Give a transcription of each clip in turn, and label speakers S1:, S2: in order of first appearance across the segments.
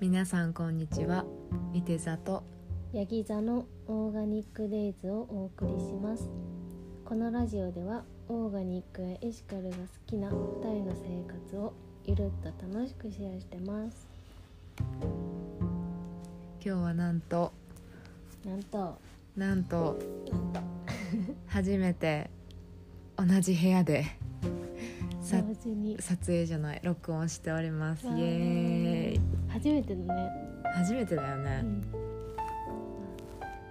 S1: 皆さんこんにちは。いて座と
S2: ヤギ座のオーガニックデイズをお送りしますこのラジオではオーガニックやエシカルが好きな2人の生活をゆるっと楽しくシェアしてます
S1: 今日はなんと
S2: なんと
S1: なんと初めて同じ部屋で
S2: 同
S1: さ
S2: 時に
S1: 撮影じゃない録音しております。イ
S2: わ
S1: エ
S2: ー
S1: ーイ。
S2: 初めてのね、
S1: 初めてだよ
S2: う
S1: ね。
S2: ん、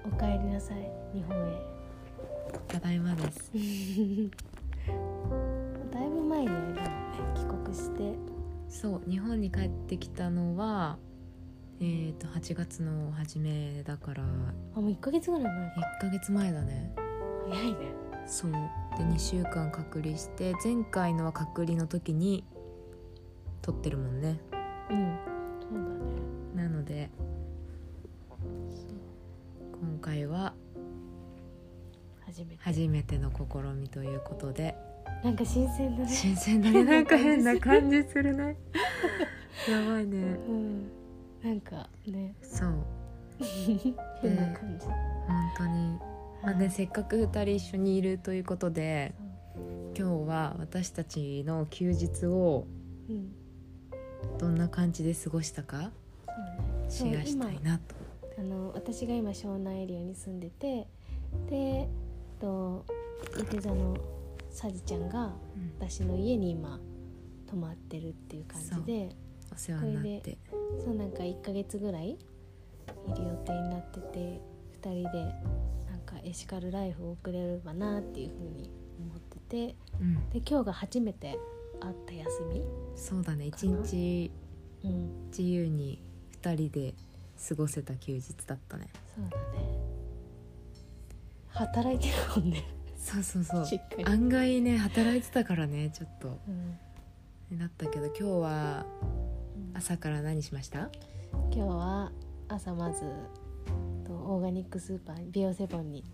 S2: おかえりなさい日本へ
S1: ただいまです。
S2: だいぶ前にあれだもんね帰国して
S1: そう日本に帰ってきたのは。えー、と8月の初めだから
S2: あもう1ヶ月ぐらい前か
S1: 1ヶ月前だね
S2: 早いね
S1: そうで2週間隔離して前回のは隔離の時に撮ってるもんね
S2: うんそうだね
S1: なので
S2: そう
S1: 今回は
S2: 初めて
S1: 初めての試みということで
S2: なんか新鮮だね
S1: 新鮮だねなんか変な感じする ねやばいね
S2: うんなんかね
S1: そう
S2: 変な感じ、
S1: 本当にまあね
S2: はい
S1: せっかく2人一緒にいるということで
S2: そう
S1: 今日は私たちの休日を
S2: うん
S1: どんな感じで過ごしたか
S2: そ
S1: シ
S2: うね
S1: ェア
S2: そ
S1: し
S2: う
S1: たいなと
S2: 今あの私が今湘南エリアに住んでてでえっと伊手座のさじちゃんが
S1: うん
S2: 私の家に今泊まってるっていう感じで
S1: お世話になって
S2: そうなんか1ヶ月ぐらいいる予定になってて2人でなんかエシカルライフを送れればなっていうふうに思ってて
S1: うん
S2: で今日が初めて会った休み、
S1: そうだね
S2: か
S1: 一
S2: な
S1: 日
S2: うん、
S1: 自由に2人で過ごせた休日だったね
S2: そうだね働いてるもんね
S1: そうそうそう
S2: しっかり、
S1: 案外ね働いてたからねちょっと
S2: うん
S1: だったけど今日は
S2: うん
S1: 朝から何しました
S2: 今日は朝まずとオーガニックスーパービオセボンに行っ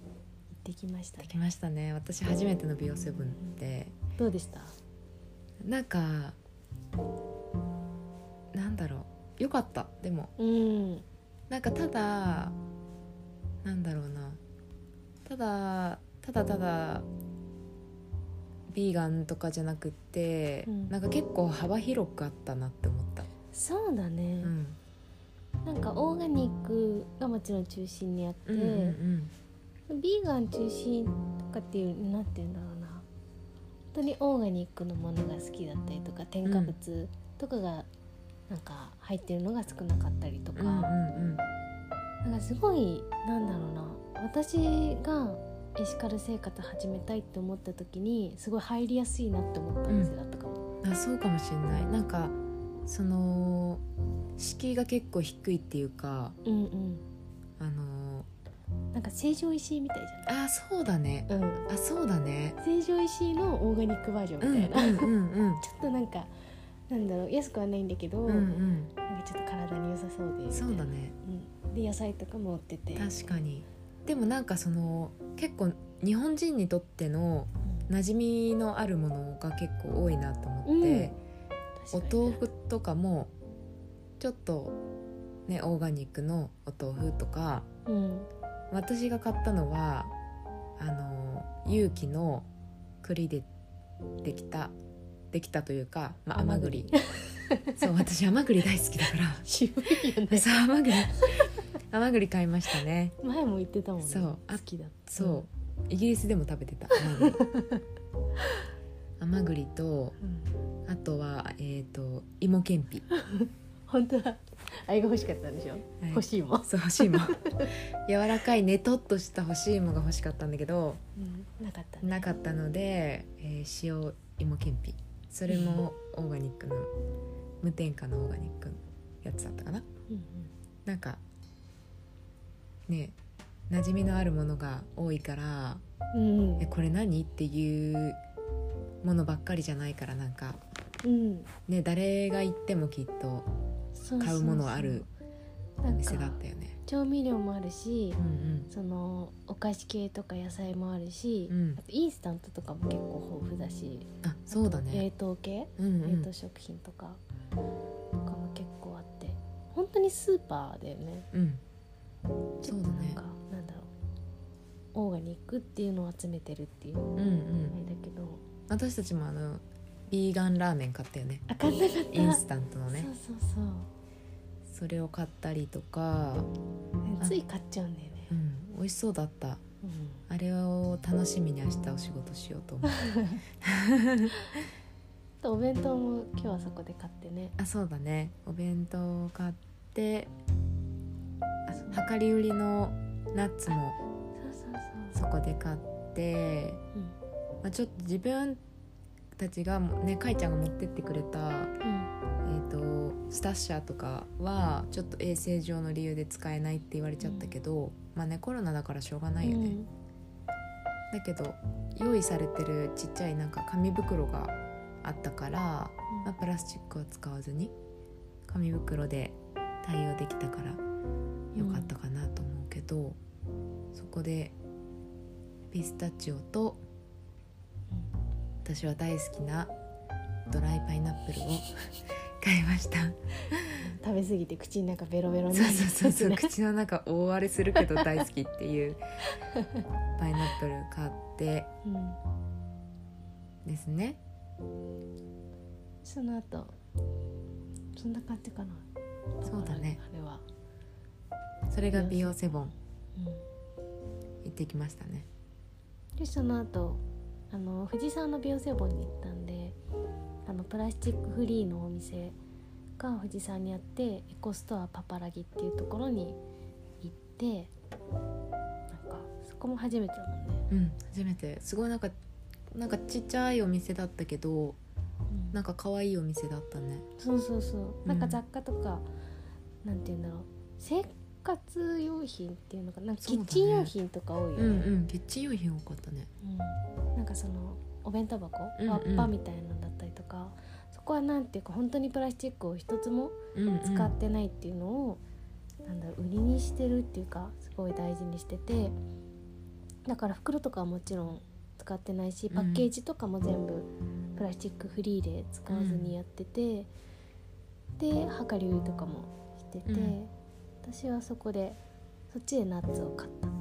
S2: てきました
S1: で
S2: ね
S1: きましたね私初めての美容セブンで
S2: どうでした
S1: なんかなんだろうよかったでも
S2: うん
S1: なんかただなんだろうなただただただビーガンとかじゃなくって、
S2: うん
S1: なんか結構幅広くあったなって思った、
S2: そうだね
S1: う、ん、
S2: なんかオーガニックがもちろん中心にあって、
S1: うんうんうん
S2: ビーガン中心とかっていうなんていうんだろうな本当にオーガニックのものが好きだったりとか添加物とかがなんか入ってるのが少なかったりとか、
S1: うんうん
S2: なんかすごいなんだろうな私がエシカル生活始めたいって思った時にすごい入りやすいなって思ったお店だったかも、
S1: うんあそうかもしれないなんかその敷居が結構低いっていうか
S2: うん、うん
S1: あの
S2: なんか成城石井みたいじ
S1: あそうだね
S2: ゃない、うん、
S1: あそうだね
S2: 成城石井のオーガニックバージョ
S1: うん
S2: ン
S1: う
S2: み
S1: ん
S2: たいな、ち ょ
S1: うん
S2: っとなんかなんだろう安くはないんだけど、
S1: うんうん
S2: なんかちょっと体に良さそうで
S1: う
S2: み
S1: ん
S2: たい
S1: そ
S2: な
S1: うだね
S2: うん、で野菜とかも売ってて
S1: 確かにでもなんかその結構日本人にとっての馴染みのあるものが結構多いなと思って、
S2: うん
S1: お豆腐とかもちょっとねオーガニックのお豆腐とか
S2: 確かに うん
S1: 私が買ったのはあの有機の栗でできたできたというか、まあ、甘
S2: 甘
S1: 栗
S2: 栗
S1: そう私甘栗大好きだから
S2: 渋いよね
S1: そう甘栗甘栗買いましたね
S2: 前も言ってたもんね
S1: そうあ
S2: 好きだった
S1: そう、イギリスでも食べてた甘栗甘栗と
S2: うん、うん
S1: あとはえっ、と芋けんぴ、
S2: 本当はあれが欲しかったんでしょ、
S1: はい
S2: 欲しいもん、
S1: そう干し芋柔らかいねとっとした干し芋が欲しかったんだけど
S2: なかったね
S1: なかったので、えー塩芋けんぴそれもオーガニックの無添加のオーガニックのやつだったかな
S2: うん
S1: なんかね馴染みのあるものが多いから
S2: うん、うん
S1: えこれ何っていうものばっかりじゃないからなんか
S2: うん
S1: ね誰が行ってもきっと
S2: そうそうそう
S1: 買うものある
S2: な
S1: お
S2: ん
S1: 店だ
S2: か
S1: ったよね
S2: 調味料もあるし
S1: う、ん
S2: そのお菓子系とか野菜もあるし、
S1: うんうん
S2: あとインスタントとかも結構豊富だし
S1: あそうだ
S2: 冷
S1: ね
S2: 凍系、
S1: うんう
S2: 冷
S1: ん
S2: 凍食品とかとかも結構あって本当にスーパーだよね
S1: うんそうだ
S2: なん
S1: ね
S2: かなんだろうオーガニックっていうのを集めてるっていう
S1: うんう
S2: あれ
S1: ん
S2: だけど
S1: 私たちもあのビーガンラーメン買ったよね
S2: あかんなかった
S1: インスタントのね
S2: そうそうそう
S1: それを買ったりとか、あ
S2: つい買っちゃうんだよね
S1: う、ん、美味しそうだった
S2: うん
S1: あれを楽しみに明日お仕事しよう と思う
S2: あとお弁当も今日はそこで買ってね
S1: あそうだねお弁当を買ってあ量り売りのナッツも
S2: そうそうそう
S1: そこで買って、
S2: うん
S1: まあ、ちょっと自分たちがもねかいちゃんが持ってってくれた、
S2: うん
S1: えー、とスタッシャーとかはちょっと衛生上の理由で使えないって言われちゃったけど、まあねコロナだからしょうがないよね、だけど用意されてるちっちゃいなんか紙袋があったから、まあ、プラスチックを使わずに紙袋で対応できたから良かったかなと思うけど、そこでピスタチオと私は大好きなドライパイナップル を買いました
S2: 食べ過ぎて口の中ベロベロに
S1: そう
S2: なる
S1: そうそうそう
S2: やつね
S1: 口の中大荒れするけど大好きっていうパイナップル買って
S2: うん
S1: ですね
S2: その後そんな感じかな
S1: そうだね
S2: あれは、
S1: それが美容セボン
S2: う
S1: 行ってきましたね
S2: ん、でその後あの藤沢の美容整本に行ったんであのプラスチックフリーのお店が藤沢にあってエコストアパパラギっていうところに行ってなんかそこも初めてだもんね、
S1: うん初めてすごいなんかなんかちっちゃいお店だったけど
S2: うん
S1: なんか可愛いお店だったね
S2: そうそうそう、
S1: うん
S2: なんか雑貨とかなんて言うんだろう生活用品っていうのかななんか
S1: そ
S2: キ
S1: うだ
S2: ッ
S1: ね
S2: チン用品とか多いよね
S1: うんうんキッチン用品多かったね
S2: うんなんかそのお弁当箱
S1: うんうん
S2: わっぱみたいなのだったりとか、そこはなんていうか本当にプラスチックを一つも
S1: うん、うん、
S2: 使ってないっていうのを、なんだろう売りにしてるっていうかすごい大事にしててだから袋とかはもちろん使ってないしパッケージとかも全部プラスチックフリーで使わずにやってて、で量り売りとかもしてて、
S1: うん
S2: 私はそこでそっちでナッツを買ったか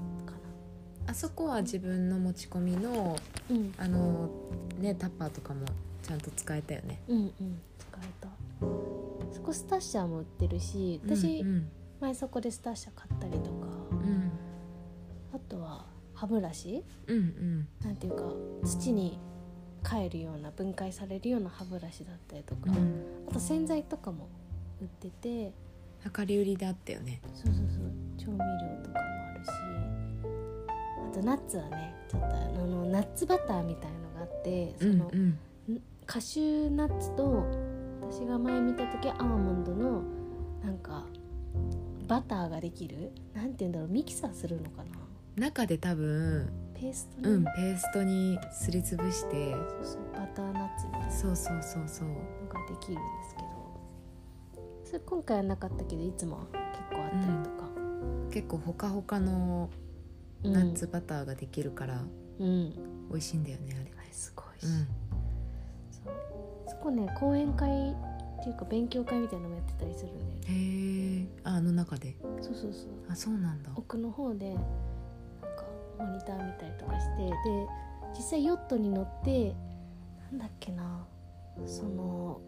S1: あそこは自分の持ち込みの
S2: な。うん
S1: あのねタッパーとかもちゃんと使えたよね
S2: うんうん使えたそこスタッシャーも売ってるし私、
S1: うん
S2: 前そこでスタッシャー買ったりとか、
S1: うんうん
S2: あとは歯ブラシ
S1: うんうん
S2: なんていうか土に帰るような分解されるような歯ブラシだったりとか、
S1: うん
S2: あと洗剤とかも売ってて
S1: 量り売りであったよね
S2: そうそうそう調味料とかもあるしあとナッツはねちょっとあのナッツバターみたいのがあってその、
S1: うん
S2: カシューナッツと私が前見た時アーモンドのなんかバターができるなんて言うんだろうミキサーするのかな
S1: うん、中で多分
S2: ペースト
S1: う
S2: に、
S1: んペーストにすりつぶして
S2: そうそうバターナッツみたいな
S1: そうそうそうそう
S2: のができるんですけどそれ今回はなかったけどいつもは結構あったりとか、
S1: 結構ほかほかの
S2: うん
S1: ナッツバターができるから
S2: うん
S1: 美味しいんだよねあれ
S2: あれすごいし、
S1: うん
S2: そうそこね講演会っていうか勉強会みたいなのもやってたりするんで
S1: へえああの中で
S2: そうそうそう
S1: あそうなんだ
S2: 奥の方でなんかモニター見たりとかしてで実際ヨットに乗ってなんだっけなその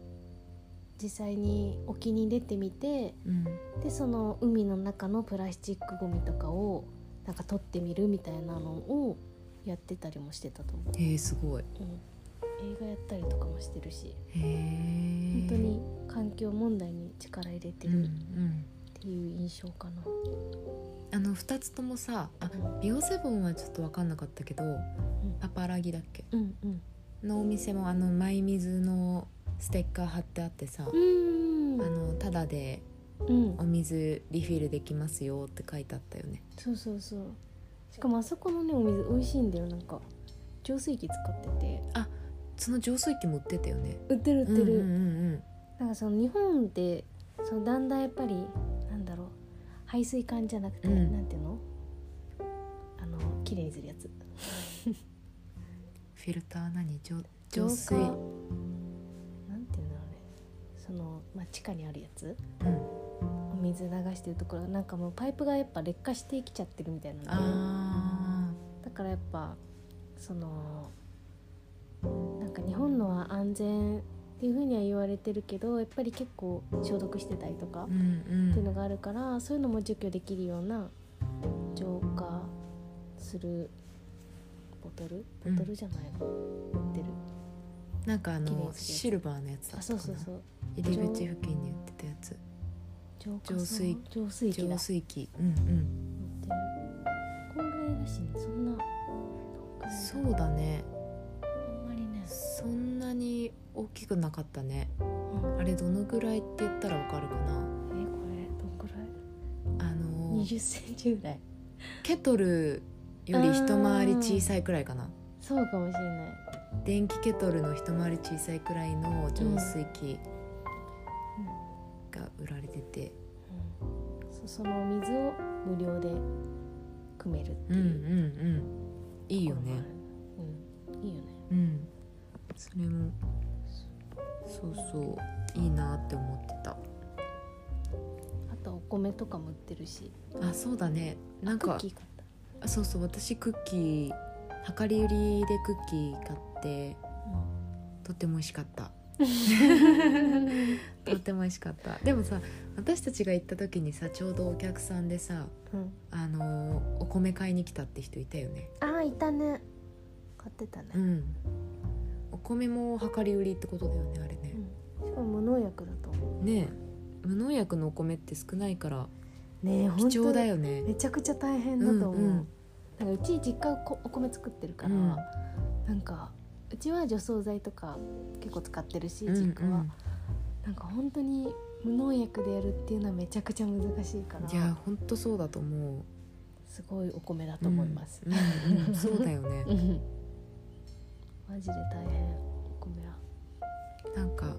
S2: 実際に沖に出てみて
S1: うん
S2: でその海の中のプラスチックごみとかをなんか取ってみるみたいなのをやってたりもしてたと思う、
S1: へえすごいへ
S2: うん、映画やったりとかもしてるし
S1: え本
S2: 本当に環境問題に力入れて
S1: うんう
S2: る
S1: ん
S2: っていう印象かな、
S1: あの2つともさあビオセボンはちょっと分かんなかったけどパパラギだっけ
S2: うんうん
S1: のお店もあのマイミズのステッカー貼ってあってさ、
S2: うん
S1: あのタダで
S2: うん
S1: お水リフィルできますよって書いてあったよね
S2: そうそうそうしかもあそこのねお水美味しいんだよなんか浄水器使ってて
S1: その浄水器も売ってたよね
S2: 売ってる売ってる、
S1: うんうん
S2: なんかその日本でそのだんだんやっぱりなんだろう排水管じゃなくて、
S1: うん
S2: なんていうのあの綺麗にするやつ
S1: フィルター何浄浄水
S2: 浄化なんていうんだろうねその、まあ、地下にあるやつ
S1: うん
S2: お水流してるところなんかもうパイプがやっぱ劣化してきちゃってるみたいなのね
S1: あ
S2: だからやっぱそのなんか日本のは安全っていうふうには言われてるけどやっぱり結構消毒してたりと
S1: ー、
S2: か
S1: うんうん、
S2: っていうのがあるからそういうのも除去できるような浄化するボトルボトルじゃないの、売ってる
S1: なんかあ
S2: 綺麗
S1: の
S2: ですね
S1: シルバーのやつだ
S2: あ
S1: った
S2: そう
S1: か
S2: そう
S1: な
S2: そう
S1: 入り口付近に売ってたやつ
S2: 浄化さ
S1: 浄水
S2: 浄水器
S1: 浄
S2: だ
S1: 水器うんうん
S2: 売ってるこんぐらいらしいねそんな
S1: そううだね
S2: あんまりね、
S1: そんなに大きくなかったね
S2: うん
S1: あれどのぐらいって言ったらわかるかな
S2: えこれどんくらい
S1: あの
S2: 20センチぐらい
S1: ケトルより一回り小さいくらいかな
S2: そうかもしれない
S1: 電気ケトルの一回り小さいくらいの浄水器が売られてて、
S2: うんそその水を無料で汲めるって
S1: うん、うんう
S2: いう
S1: んいいよ
S2: ところもあ
S1: ね
S2: るうんいいよね
S1: うんそれもそうそういいなって思ってた
S2: あとお米とかも売ってるし
S1: あそうだねなん
S2: クッ
S1: か
S2: キー買った
S1: あそうそう私クッキー量り売りでクッキー買ってとっても美味しかったとっても美味しかったでもさ私たちが行った時にさちょうどお客さんでさ
S2: うん、
S1: あのーお米買いに来たって人いたよね
S2: ああいたね買ってたね
S1: う、んお米も量り売りってことだよねあれね
S2: うんしかも無農薬だと思
S1: ねえ無農薬のお米って少ないから
S2: うねえ
S1: 貴
S2: 本
S1: 重
S2: 当
S1: だ
S2: だよ
S1: よね
S2: めちゃくちゃ大変だと思う、
S1: うんうん
S2: なんかうち実家こお米作ってるから、
S1: うん
S2: なんかうちは除草剤とか結構使ってるし
S1: うんう
S2: 実家は、
S1: ん
S2: なんか本当に無農薬でやるっていうのはめちゃくちゃ難しいから
S1: いやほんとそうだと思う
S2: すごいお米だと思います、
S1: うんうんうんそうだよね
S2: うん マジで大変お米は
S1: なんか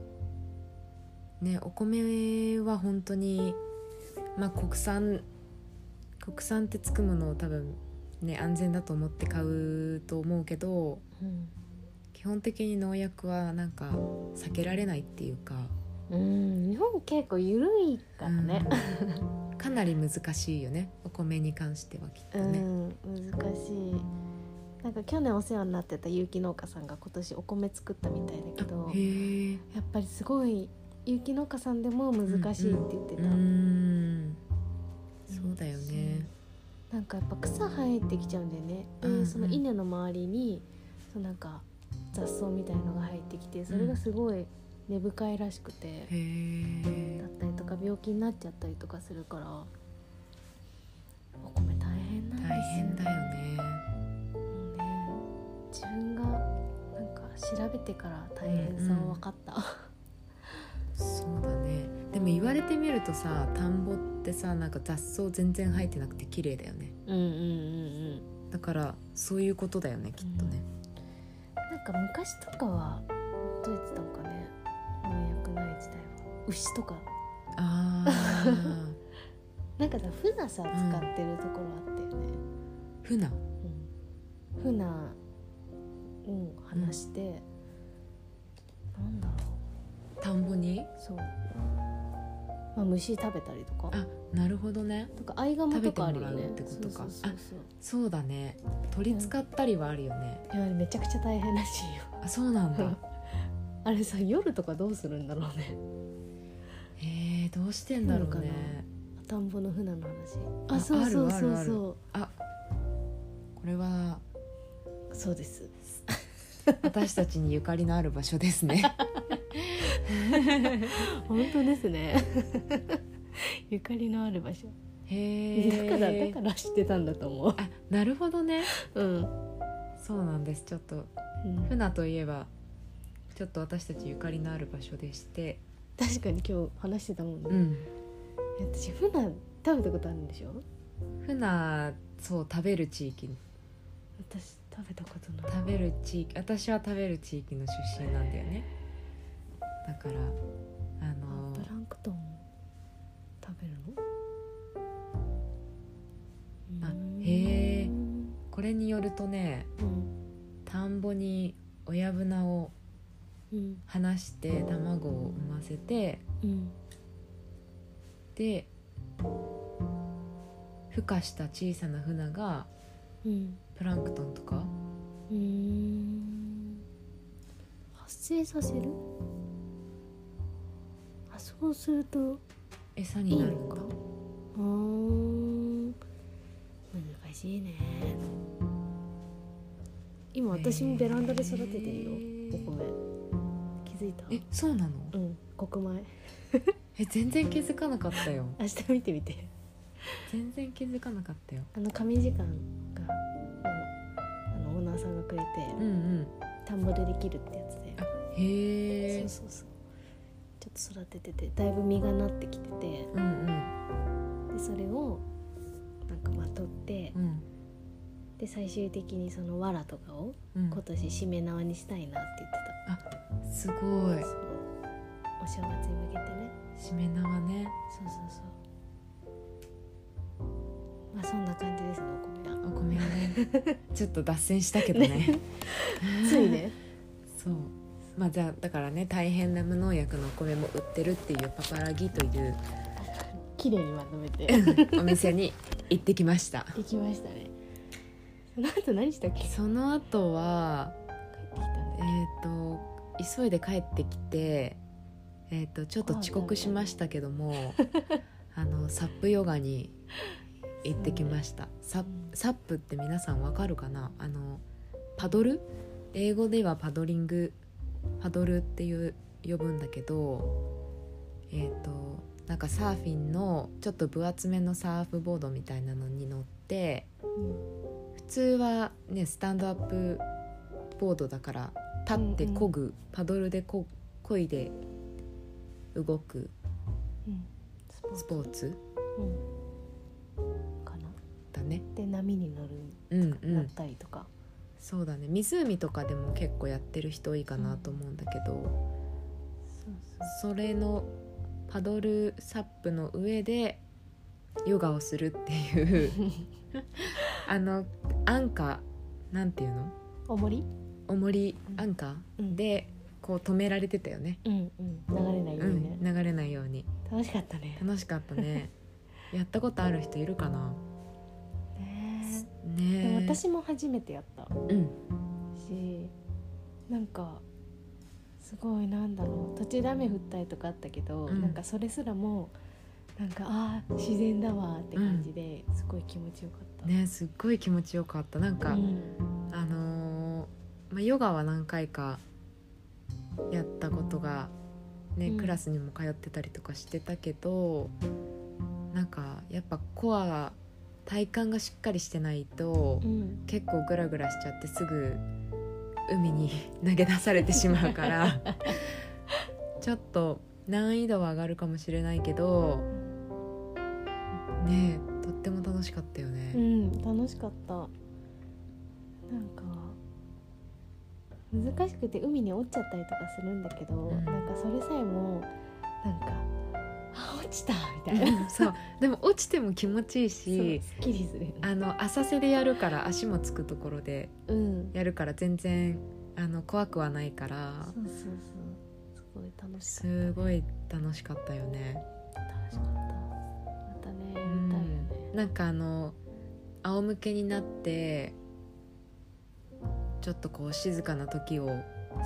S1: ねお米は本当にまあ国産国産ってつくものを多分ね安全だと思って買うと思うけど
S2: うん
S1: 基本的に農薬はなんか避けられないっていうか、
S2: うん、日本結構緩いからね。
S1: うんかなり難しいよねお米に関してはきっと
S2: うん、
S1: ね。
S2: 難しい。なんか去年お世話になってた有機農家さんが今年お米作ったみたいだけど、
S1: へえ
S2: やっぱりすごい有機農家さんでも難しいって言ってた。
S1: うんそうだよね。
S2: なんかやっぱ草生えてきちゃうんだよね。で、
S1: うんうん
S2: その稲の周りにそのなんか雑草みたいのが入ってきて、それがすごい根深いらしく
S1: へ
S2: て。
S1: え
S2: だったりとか病気になっちゃったりとかするからお米大変なんですよ
S1: 大変だよね。
S2: もうね自分がなんか調べてから大変さを分かった、
S1: そうだねでも言われてみるとさ田んぼってさなんか雑草全然生えてなくて綺麗だよね
S2: うん、うんうんうん
S1: だからそういうことだよねきっとね、
S2: なんか昔とかはどうやってたのかね農薬ない時代は牛とか
S1: ああ
S2: なんかさフナさ使ってるところあったよね、
S1: ふな
S2: うん、フナを話して、なんだろう
S1: 田んぼに
S2: そう、まあ、虫食べたりとか
S1: あなるほどね
S2: とか合鴨とかある
S1: 食べてもら
S2: よね
S1: うってことか
S2: そうそうそう
S1: そうだね鳥使ったりはあるよね
S2: そういやあれめちゃくちゃ大変らしいよ
S1: あそうなんだ
S2: あれさ夜とかどうするんだろうね
S1: へえどうしてんだろうね
S2: 田んぼの船の話
S1: あ
S2: あそうそう
S1: あ
S2: そ
S1: るあ
S2: う
S1: る
S2: そ
S1: あこれは
S2: うそうです
S1: 私たちにゆかりのある場所です ね
S2: 本当ですね ゆかりのある場所
S1: へ
S2: だ
S1: え
S2: からだから知ってたんだと思
S1: あなるほどね
S2: ううん、
S1: そうなんですちょっと
S2: うん
S1: 船といえばちょっと私たちゆかりのある場所でして、
S2: 確かに今日話してたもんね、
S1: ん、
S2: 私船食べたことあるんでしょ
S1: 船そう食べる地域
S2: 私食べたことない
S1: 食べる地域私は食べる地域の出身なんだよねだからあの
S2: プランクトン食べるの
S1: あ
S2: うん
S1: へえ
S2: うん
S1: これによるとね田んぼに親船を
S2: うん
S1: 離して卵を産ませて
S2: うん
S1: で孵化した小さな船が
S2: うん
S1: プランクトンとか
S2: うーん発生させるあそうすると
S1: 餌
S2: い
S1: に
S2: い
S1: なる
S2: の
S1: んだ
S2: かうーん難しいね今私もベランダで育ててる
S1: へ
S2: よお
S1: ー
S2: 米気づいた
S1: えそうなの
S2: うん黒米
S1: え全然気づかなかったよ
S2: 明日見てみて
S1: 全然気づかなかったよ
S2: あの紙時間がもうあのオーナーさんがくれて
S1: うんうん
S2: 田んぼでできるってやつで
S1: あへ
S2: そ
S1: え
S2: うそうそうちょっと育てててだいぶ実がなってきててで
S1: うん
S2: それをなんかまとって
S1: うんうん
S2: で最終的にその藁とかを
S1: うん
S2: 今年しめ縄にしたいなって言って
S1: すごい
S2: た、そうお正月に向けてね
S1: しめ縄 ね
S2: そうそうそうまあそんな感じですねお米は
S1: あごめん ねちょっと脱線したけどね
S2: ついね
S1: そうまあじゃあだからね大変な無農薬のお米も売ってるっていうパパラギという
S2: 綺麗にまとめて
S1: お店に行ってきま した
S2: できましたねその後何したっけ帰って
S1: その後は
S2: きたん
S1: え
S2: だ
S1: っ、と急いで帰ってきてえっ、とちょっと遅刻しましたけども あのサップヨガに行ってきましたサッサップって皆さんわかるかなあのパドル英語ではパドリングパドルっていう呼ぶんだけどえっ、となんかサーフィンのちょっと分厚めのサーフボードみたいなのに乗って
S2: うん
S1: 普通はねスタンドアップボードだから立って漕ぐ、パドルでこ漕いで動く
S2: うんスポー
S1: ス
S2: ツ
S1: ポーツ
S2: うんかな
S1: だね
S2: で波に乗る
S1: うんう
S2: 乗っ
S1: ん
S2: たりとか、
S1: そうだね湖とかでも結構やってる人多いかなと思うんだけど
S2: そ
S1: そ
S2: う
S1: れのパドルサップの上でヨガをするって いうあのアンカーなんていうの
S2: そうおもり
S1: 重りアンカー
S2: で
S1: でこう止められてたよね、
S2: うんうん流れないよ
S1: う
S2: うにね
S1: ん、、流れないように。
S2: 楽しかったね
S1: 楽しかったねやったことある人いるかな
S2: ねえで
S1: ね
S2: も
S1: え
S2: 私も初めてやった
S1: うん
S2: しなんかすごいなんだろう途中で雨降ったりとかあったけど、
S1: うん
S2: なんかそれすらもなんかあー自然だわーって感じで、すごい気持ちよかった
S1: ねえすっごい気持ちよかったなんか、
S2: うん
S1: あのーまあ、ヨガは何回かやったことがね、
S2: うん
S1: クラスにも通ってたりとかしてたけどなんかやっぱコアが体幹がしっかりしてないと、
S2: うん
S1: 結構グラグラしちゃってすぐ海に投げ出されてしまうから ちょっと難易度は上がるかもしれないけどねえとっても楽しかったよ
S2: う
S1: ね。
S2: ん楽しかったなんか難しくて海に落ちちゃったりとかするんだけど、
S1: ん
S2: なんかそれさえもなんかあ落ちたみたいな
S1: うんそうでも落ちても気持ちいい
S2: そう
S1: し
S2: すっきりするよね
S1: あの浅瀬でやるから足もつくところで
S2: うん
S1: やるから全然あの怖くはないか
S2: そう
S1: ら
S2: そうそうすごい楽しか
S1: すごい楽しかったよね。
S2: った楽しかったまたねや
S1: う
S2: り
S1: ん
S2: たいよね
S1: なんかあの仰向けになってちょっとこう静かな時を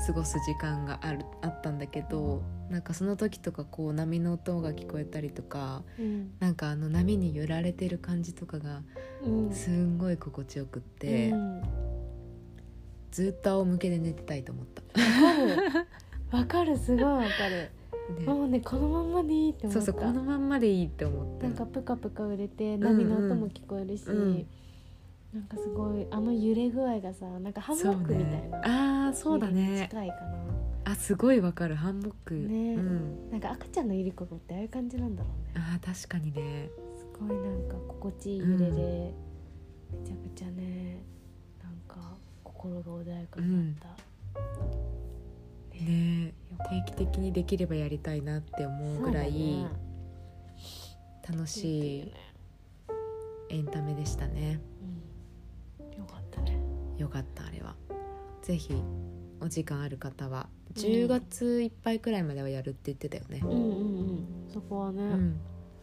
S1: 過ごす時間があるあったんだけどなんかその時とかこう波の音が聞こえたりとか
S2: うん
S1: なんかあの波に揺られてる感じとかが
S2: うん
S1: すんごい心地よくって、
S2: うん
S1: ずっと仰向けで寝てたいと思った。
S2: わかるすごいわかる
S1: ね
S2: もうねこのまんまでいいって思
S1: そ
S2: っ
S1: うそうこ
S2: た
S1: のまんまでいいって思った
S2: なんかプカプカ売れて波の音も聞こえるし、
S1: うんうん
S2: なんかすごいあの揺れ具合がさなんかハンモックみた
S1: そう
S2: いな、
S1: ねああそうだ
S2: 揺れに
S1: ね
S2: 近いかな
S1: あすごいわかるハンモック、
S2: ね
S1: うん、
S2: なんか赤ちゃんのいる子ってああいう感じなんだろうね
S1: あー確かにね
S2: すごいなんか心地いい揺れで、
S1: うん
S2: めちゃくちゃねなんか心が穏やかになった、
S1: ね
S2: ねよかった
S1: 定期的にできればやりたいなって思うぐらい
S2: そうだね
S1: 楽し
S2: いい
S1: い
S2: よね
S1: エンタメでしたね
S2: うんよかったね
S1: よかったあれはぜひお時間ある方は
S2: うん
S1: 10月いっぱいくらいまではやるって言ってたよね
S2: うんうんうんそこはね、
S1: うん、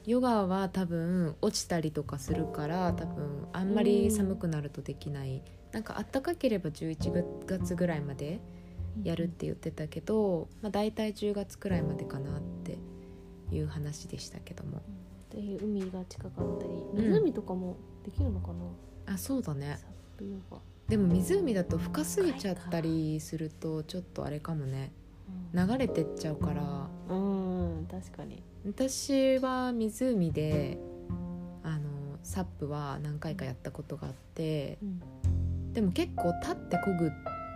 S1: ヨガは多分落ちたりとかするから多分あんまり寒くなるとできない、なんかあったかければ11月ぐらいまでやるって言ってたけど、まあ、大体10月くらいまでかなっていう話でしたけども
S2: ぜひ海が近かったり
S1: ん
S2: 湖とかもできるのかな、
S1: あそうだね
S2: サップヨガ、
S1: でも湖だと深すぎちゃったりするとちょっとあれかもね
S2: うん
S1: 流れてっちゃうから
S2: うん確かに
S1: 私は湖であのサップは何回かやったことがあって
S2: うん
S1: でも結構立って漕ぐ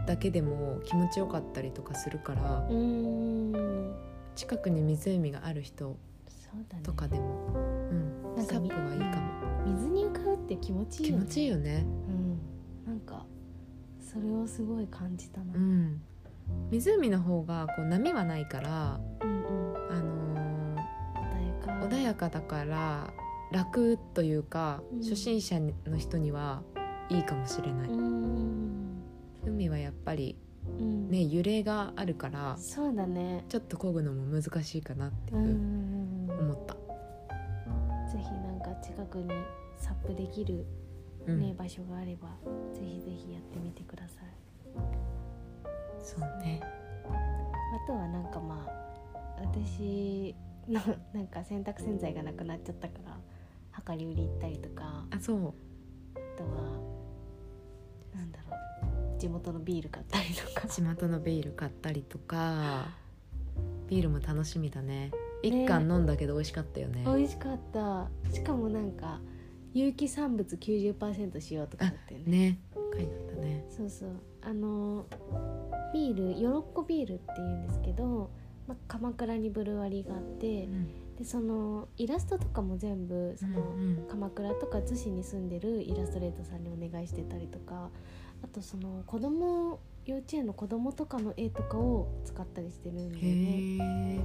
S1: だけでも気持ちよかったりとかするから
S2: うん
S1: 近くに湖がある人
S2: そうだね
S1: とかでも、うん、
S2: なん
S1: サ
S2: か
S1: ッ
S2: み
S1: プはいいかも
S2: 水に浮かぶって気持ちいい
S1: 気
S2: よね
S1: 持ちいいよね、
S2: うん、なんかそれをすごい感じたな、
S1: うん、湖の方がこう波はないから、
S2: うんうん、
S1: あのー
S2: 穏やか
S1: 穏やかだから楽というか、
S2: うん
S1: 初心者の人にはいいかもしれない、
S2: うん、
S1: 海はやっぱり
S2: うん
S1: ね揺れがあるから
S2: そうだね
S1: ちょっと漕ぐのも難しいかなっていううん思った、
S2: ぜひなんか近くにサップできる、
S1: うん
S2: ね場所があればぜひぜひやってみてください
S1: そうね
S2: あとはなんかまあ私の なんか洗濯洗剤がなくなっちゃったから量り売り行ったりとか
S1: あそう
S2: あとはなんだろう地元のビール買ったり とか
S1: 地元のビール買ったりとかビールも楽しみだね一缶飲んだけど美味しかったよね
S2: 美味しかったしかもなんか有機産物90%使用とかだったよね
S1: ね書いてあったね
S2: そうそうあのビールヨロッコビールっていうんですけど、まあ、鎌倉にブルワリーがあってでそのイラストとかも全部その、
S1: うん
S2: 鎌倉とか逗子に住んでるイラストレーターさんにお願いしてたりとかあとその子供幼稚園の子供とかの絵とかを使ったりしてるん
S1: うん
S2: でね
S1: へえ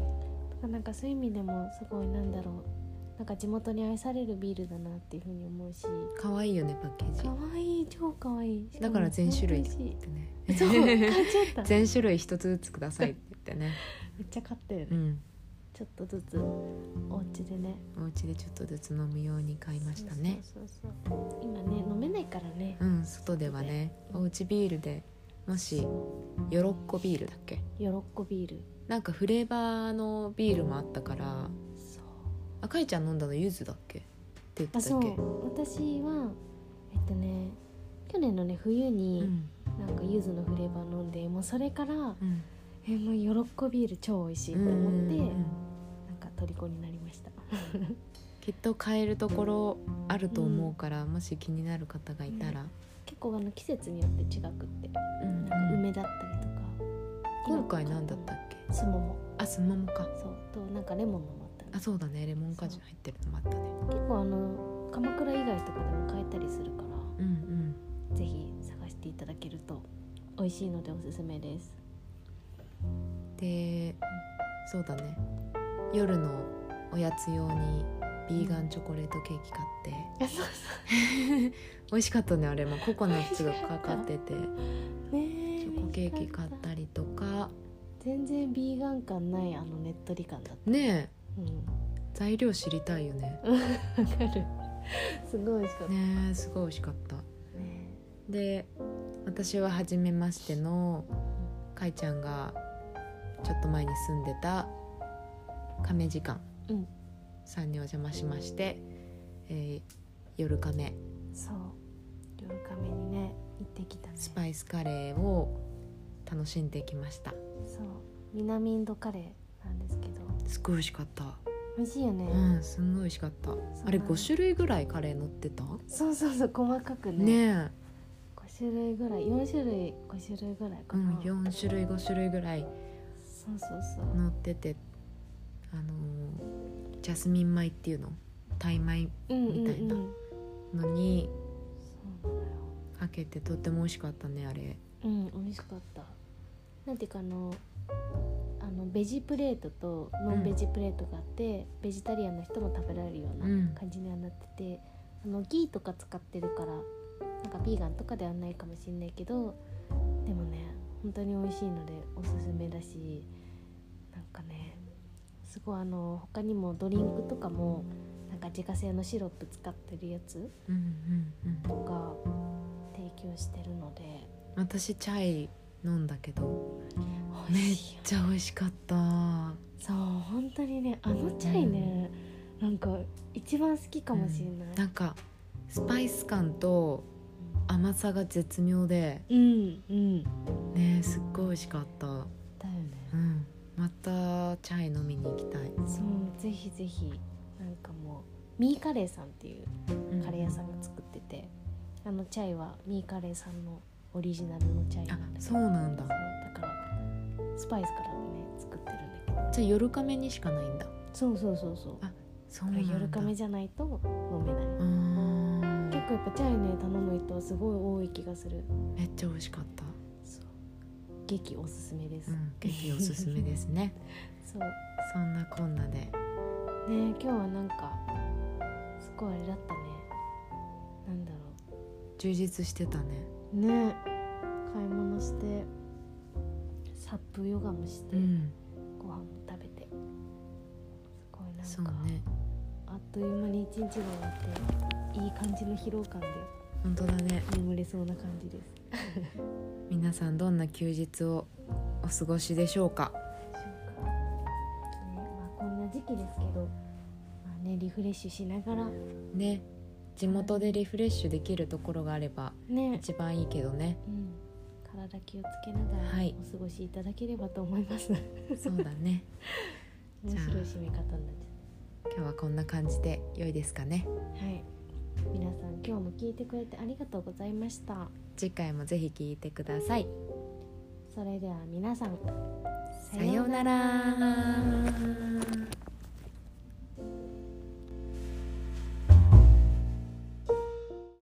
S2: なんかそういう意味でもすごいなんだろうなんか地元に愛されるビールだなっていうふうに思うし
S1: 可愛いよねパッケージ
S2: かわいい超かわいいしも
S1: だから全種類だ
S2: 本当美味し
S1: ね
S2: い そう 買っちゃ っためっ
S1: 全種類一つずつくださいって言ってね、
S2: ちゃ買ったよね、
S1: うん、
S2: ちょっとずつお家でね
S1: お家でちょっとずつ飲むように買いましたね
S2: そうそうそう今ね飲めないからね
S1: うん外ではねおうちビールでもしヨロッコビールだっけ
S2: ヨロッコビール
S1: なんかフレーバーのビールもあったから
S2: そう
S1: 赤いちゃん飲んだのゆずだっけって言ってた
S2: あ
S1: っけ
S2: そう私はえっとね去年のね冬
S1: う
S2: に
S1: ん
S2: なんか柚子のフレーバー飲んでもうそれから
S1: うん
S2: えもう喜びビール超美味しいと思ってなんか虜になりました
S1: きっと買えるところあると思うから、もし気になる方がいたら、
S2: 結構あの季節によって違くってなんか梅だったりとか
S1: 今回何だったっけ
S2: スモモ
S1: あスモモか
S2: そうとなんかレモンのもあった
S1: あそうだねレモン果汁入ってるのもあったね
S2: 結構あの鎌倉以外とかでも買えたりするから
S1: うんうん
S2: ぜひ探していただけると美味しいのでおすすめです
S1: でそうだね夜のおやつ用にビーガンチョコレートケーキ買って
S2: あそう
S1: 美味しかったねあれもココナッツがかかってて
S2: そうね
S1: チョコケーキ買ったりとか
S2: 全然ビーガン感ないあのねっとり感だった
S1: ねえ
S2: うん
S1: 材料知りたいよね
S2: わかるすごい美味しかったね
S1: ねえすごい美味しかったで私は初めましてのかいちゃんがちょっと前に住んでた亀時間
S2: うん
S1: さんにお邪魔しまして、えー夜亀
S2: そう夜亀にね行ってきたね
S1: スパイスカレーを楽しんできました
S2: そう南インドカレーなんですけど
S1: すごい美味しかった
S2: 美味しいよね、
S1: うんすんごい美味しかったあれ
S2: そうだね
S1: 5種類ぐらいカレー乗ってた
S2: そうそうそう細かくね
S1: ねえ
S2: 5種類ぐらい4種類5種類ぐらいか
S1: う
S2: な、
S1: ん4種類5種類ぐらい
S2: そうそうそう
S1: 乗っててあのージャスミン米っていうのタイ米
S2: うんうんうん
S1: みたいなのに
S2: そうなのよ
S1: かけてとっても美味しかったねあれ
S2: うん美味しかったなんていうかあのあのベジプレートとノンベジプレートがあって、ベジタリアンの人も食べられるような
S1: うん
S2: 感じにはなってて、あのギーとか使ってるからなんかビーガンとかではないかもしれないけどでもね本当に美味しいのでおすすめだしなんかねすごいあの他にもドリンクとかもなんか自家製のシロップ使ってるやつ
S1: うんうんうん
S2: が提供してるので
S1: 私チャイ飲んだけど
S2: 美
S1: め
S2: 味
S1: っ
S2: しいよ
S1: ちゃ美味しかった
S2: そう本当にねあのチャイね、なんか一番好きかもしれない、
S1: なんかスパイス感と甘さが絶妙で
S2: うんうんだ
S1: ねすっごい美味しかった、う
S2: よね
S1: ん、またチャイ飲みに行きたい、
S2: そうぜひぜひなんかもうミーカレーさんっていうカレー屋さんが作ってて、あのチャイはミーカレーさんのオリジナルのチャイな
S1: あ
S2: んだけど
S1: そうなんだ
S2: そうだからスパイスからね作ってるんだけど
S1: じゃあ夜亀にしかないんだ
S2: そうそうそうそうだ
S1: そう
S2: から夜
S1: 亀
S2: 亀じゃないと飲めない
S1: うん
S2: 結構やっぱチャイね頼む人はすごい多い気がする
S1: めっちゃ美味しかった、
S2: そう激おすすめです、
S1: うん、劇おすすめですね
S2: そう
S1: そんなこんなで
S2: ね今日はなんかすごいあれだったねなんだろ
S1: 充実してたね
S2: うね買い物してサップヨガもして、
S1: うん
S2: ご飯も食べてすごいなんか
S1: そうね
S2: あっという間に一日が終わっていい感じの疲労感で
S1: 本当だね
S2: 眠れそうな感じです
S1: 皆さんどんな休日をお過ごしでしょうか
S2: そうか、ねまあ、こんな時期ですけど、まあね、リフレッシュしながら
S1: ね地元でリフレッシュできるところがあれば
S2: ね、
S1: 一番いいけど ね
S2: うん、体気をつけなが
S1: は
S2: ら
S1: い
S2: お過ごしいただければと思います、
S1: そうだね
S2: 面白い締め方になっ
S1: 今日はこんな感じで良いですかね
S2: ちゃったはい皆さん今日も聞いてくれてありがとうございました
S1: 次回もぜひ聞いてください
S2: それでは皆さん
S1: さようなら